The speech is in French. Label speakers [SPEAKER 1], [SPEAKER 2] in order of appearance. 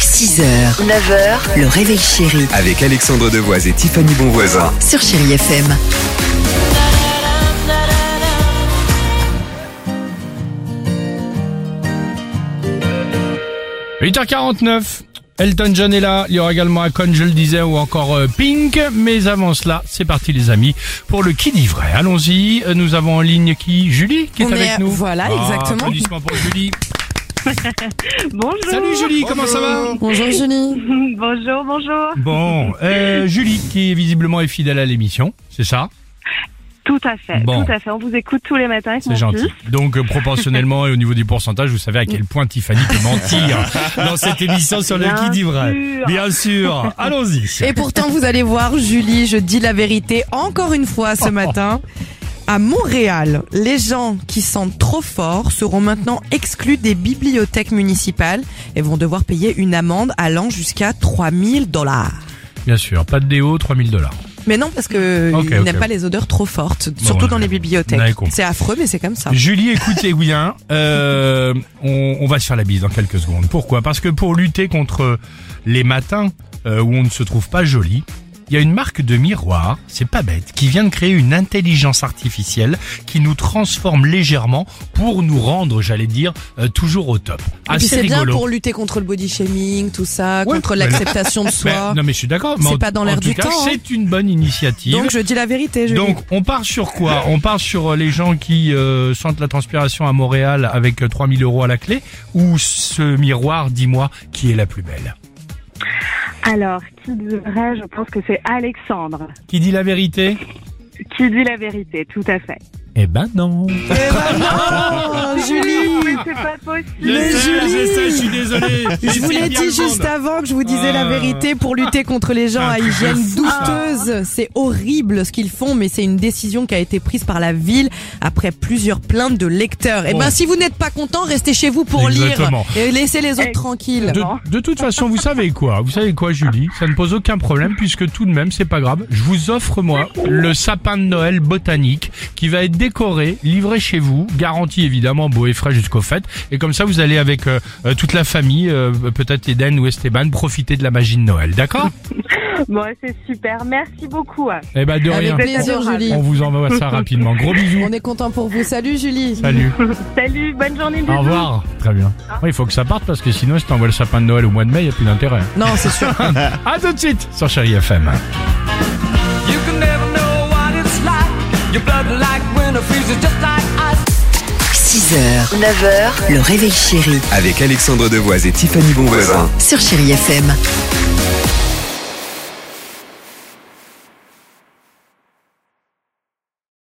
[SPEAKER 1] 6h, 9h, le réveil chéri
[SPEAKER 2] Avec Alexandre Devoise et Tiffany Bonvoisin.
[SPEAKER 1] sur Chéri FM.
[SPEAKER 3] Allez. 8h49, Elton John est là, il y aura également Akon, je le disais, ou encore euh, Pink, mais avant cela, c'est parti les amis, pour le qui dit vrai. Allons-y, euh, nous avons en ligne qui Julie, qui est
[SPEAKER 4] On
[SPEAKER 3] avec
[SPEAKER 4] est-
[SPEAKER 3] nous.
[SPEAKER 4] voilà,
[SPEAKER 3] Ah,
[SPEAKER 4] exactement.
[SPEAKER 3] Applaudissements pour Julie.
[SPEAKER 5] Bonjour.
[SPEAKER 3] Salut Julie, comment ça va
[SPEAKER 4] Bonjour Julie.
[SPEAKER 5] Bonjour, bonjour.
[SPEAKER 3] Bon, euh, Julie qui visiblement est fidèle à l'émission, c'est ça
[SPEAKER 5] Tout à fait,
[SPEAKER 3] Bon.
[SPEAKER 5] tout à fait. On vous écoute tous les matins avec mon
[SPEAKER 3] C'est gentil.
[SPEAKER 5] fils.
[SPEAKER 3] Donc euh, proportionnellement et au niveau du pourcentage, vous savez à quel point Tiffany peut mentir dans cette émission sur le
[SPEAKER 5] Bien
[SPEAKER 3] qui dit vrai.
[SPEAKER 5] sûr.
[SPEAKER 3] Bien sûr, allons-y.
[SPEAKER 4] Et pourtant, vous allez voir, Julie, je dis la vérité encore une fois ce matin. À Montréal, les gens qui sentent trop fort seront maintenant exclus des bibliothèques municipales et vont devoir payer une amende allant jusqu'à 3000 dollars.
[SPEAKER 3] Bien sûr, pas de déo, 3000 dollars.
[SPEAKER 4] Mais non, parce que
[SPEAKER 3] Ok,
[SPEAKER 4] ils
[SPEAKER 3] ok.
[SPEAKER 4] n'aiment pas les odeurs trop fortes, surtout
[SPEAKER 3] on a-
[SPEAKER 4] dans les
[SPEAKER 3] on avait
[SPEAKER 4] bibliothèques.
[SPEAKER 3] compris.
[SPEAKER 4] C'est affreux, mais c'est comme ça.
[SPEAKER 3] Julie, écoutez bien, euh, on, on va se faire la bise dans quelques secondes. Pourquoi Parce que pour lutter contre les matins euh, où on ne se trouve pas joli, il y a une marque de miroir, c'est pas bête, qui vient de créer une intelligence artificielle qui nous transforme légèrement pour nous rendre, j'allais dire, euh, toujours au top.
[SPEAKER 4] Et puis
[SPEAKER 3] Assez
[SPEAKER 4] c'est bien
[SPEAKER 3] rigolo.
[SPEAKER 4] pour lutter contre le body shaming, tout ça,
[SPEAKER 3] Ouais,
[SPEAKER 4] contre
[SPEAKER 3] mais-
[SPEAKER 4] l'acceptation de
[SPEAKER 3] Mais-
[SPEAKER 4] soi.
[SPEAKER 3] Ben, non mais je suis d'accord. mais
[SPEAKER 4] C'est
[SPEAKER 3] en-
[SPEAKER 4] pas dans
[SPEAKER 3] en
[SPEAKER 4] l'air
[SPEAKER 3] tout
[SPEAKER 4] du
[SPEAKER 3] cas,
[SPEAKER 4] temps, hein.
[SPEAKER 3] C'est une bonne initiative.
[SPEAKER 4] Donc je dis la vérité, Julie.
[SPEAKER 3] Donc on part sur quoi On part sur euh, les gens qui euh, sentent la transpiration à Montréal avec euh, 3000 euros à la clé ou ce miroir, dis-moi, qui est la plus belle
[SPEAKER 5] Alors, qui dit vrai Je pense que c'est Alexandre
[SPEAKER 3] Qui dit la vérité
[SPEAKER 5] qui dit la vérité, tout à fait.
[SPEAKER 3] Eh ben non
[SPEAKER 4] Eh ben non, Julie
[SPEAKER 5] Mais c'est pas possible.
[SPEAKER 4] Mais Julie
[SPEAKER 3] je suis désolé
[SPEAKER 4] Je vous l'ai dit juste avant que je vous disais la
[SPEAKER 3] Ah.
[SPEAKER 4] vérité pour lutter contre les gens à
[SPEAKER 3] Putain,
[SPEAKER 4] hygiène
[SPEAKER 3] c'est fou, ça.
[SPEAKER 4] douteuse. C'est horrible ce qu'ils font, mais c'est une décision qui a été prise par la ville après plusieurs plaintes de lecteurs. Et
[SPEAKER 3] Bon.
[SPEAKER 4] ben, si vous n'êtes pas content, restez chez vous pour
[SPEAKER 3] Exactement.
[SPEAKER 4] lire et laissez les autres
[SPEAKER 5] Ex-
[SPEAKER 4] tranquilles.
[SPEAKER 3] de, de toute façon, vous savez quoi Vous savez quoi, Julie Ça ne pose aucun problème puisque tout de même, c'est pas grave. Je vous offre moi le sapin de Noël botanique qui va être décoré, livré chez vous, garanti évidemment beau et frais jusqu'aux fêtes. Et comme ça, vous allez avec euh, euh, toute la famille, euh, peut-être Eden ou Esteban, profiter de la magie de Noël. D'accord
[SPEAKER 5] Bon, c'est super. Merci beaucoup. hein.
[SPEAKER 3] Eh ben de rien.
[SPEAKER 4] Avec plaisir,
[SPEAKER 5] adorable.
[SPEAKER 4] Julie.
[SPEAKER 3] On vous envoie ça rapidement. Gros bisous.
[SPEAKER 4] On est content pour vous. Salut, Julie.
[SPEAKER 3] Salut.
[SPEAKER 5] Salut, bonne journée.
[SPEAKER 3] Au
[SPEAKER 5] bisous.
[SPEAKER 3] revoir. Très bien. Oui, il faut que ça parte parce que sinon, si t'envoies le sapin de Noël au mois de mai, il n'y a plus d'intérêt.
[SPEAKER 4] Non, c'est sûr.
[SPEAKER 3] À tout de suite sur Chéri FM.
[SPEAKER 6] You can never know what it's like. Your blood like winter freezes just like ice.
[SPEAKER 1] 6h, 9h, le réveil chéri
[SPEAKER 2] Avec Alexandre Devoise et Tiffany Bonvoisin.
[SPEAKER 1] sur Chéri FM.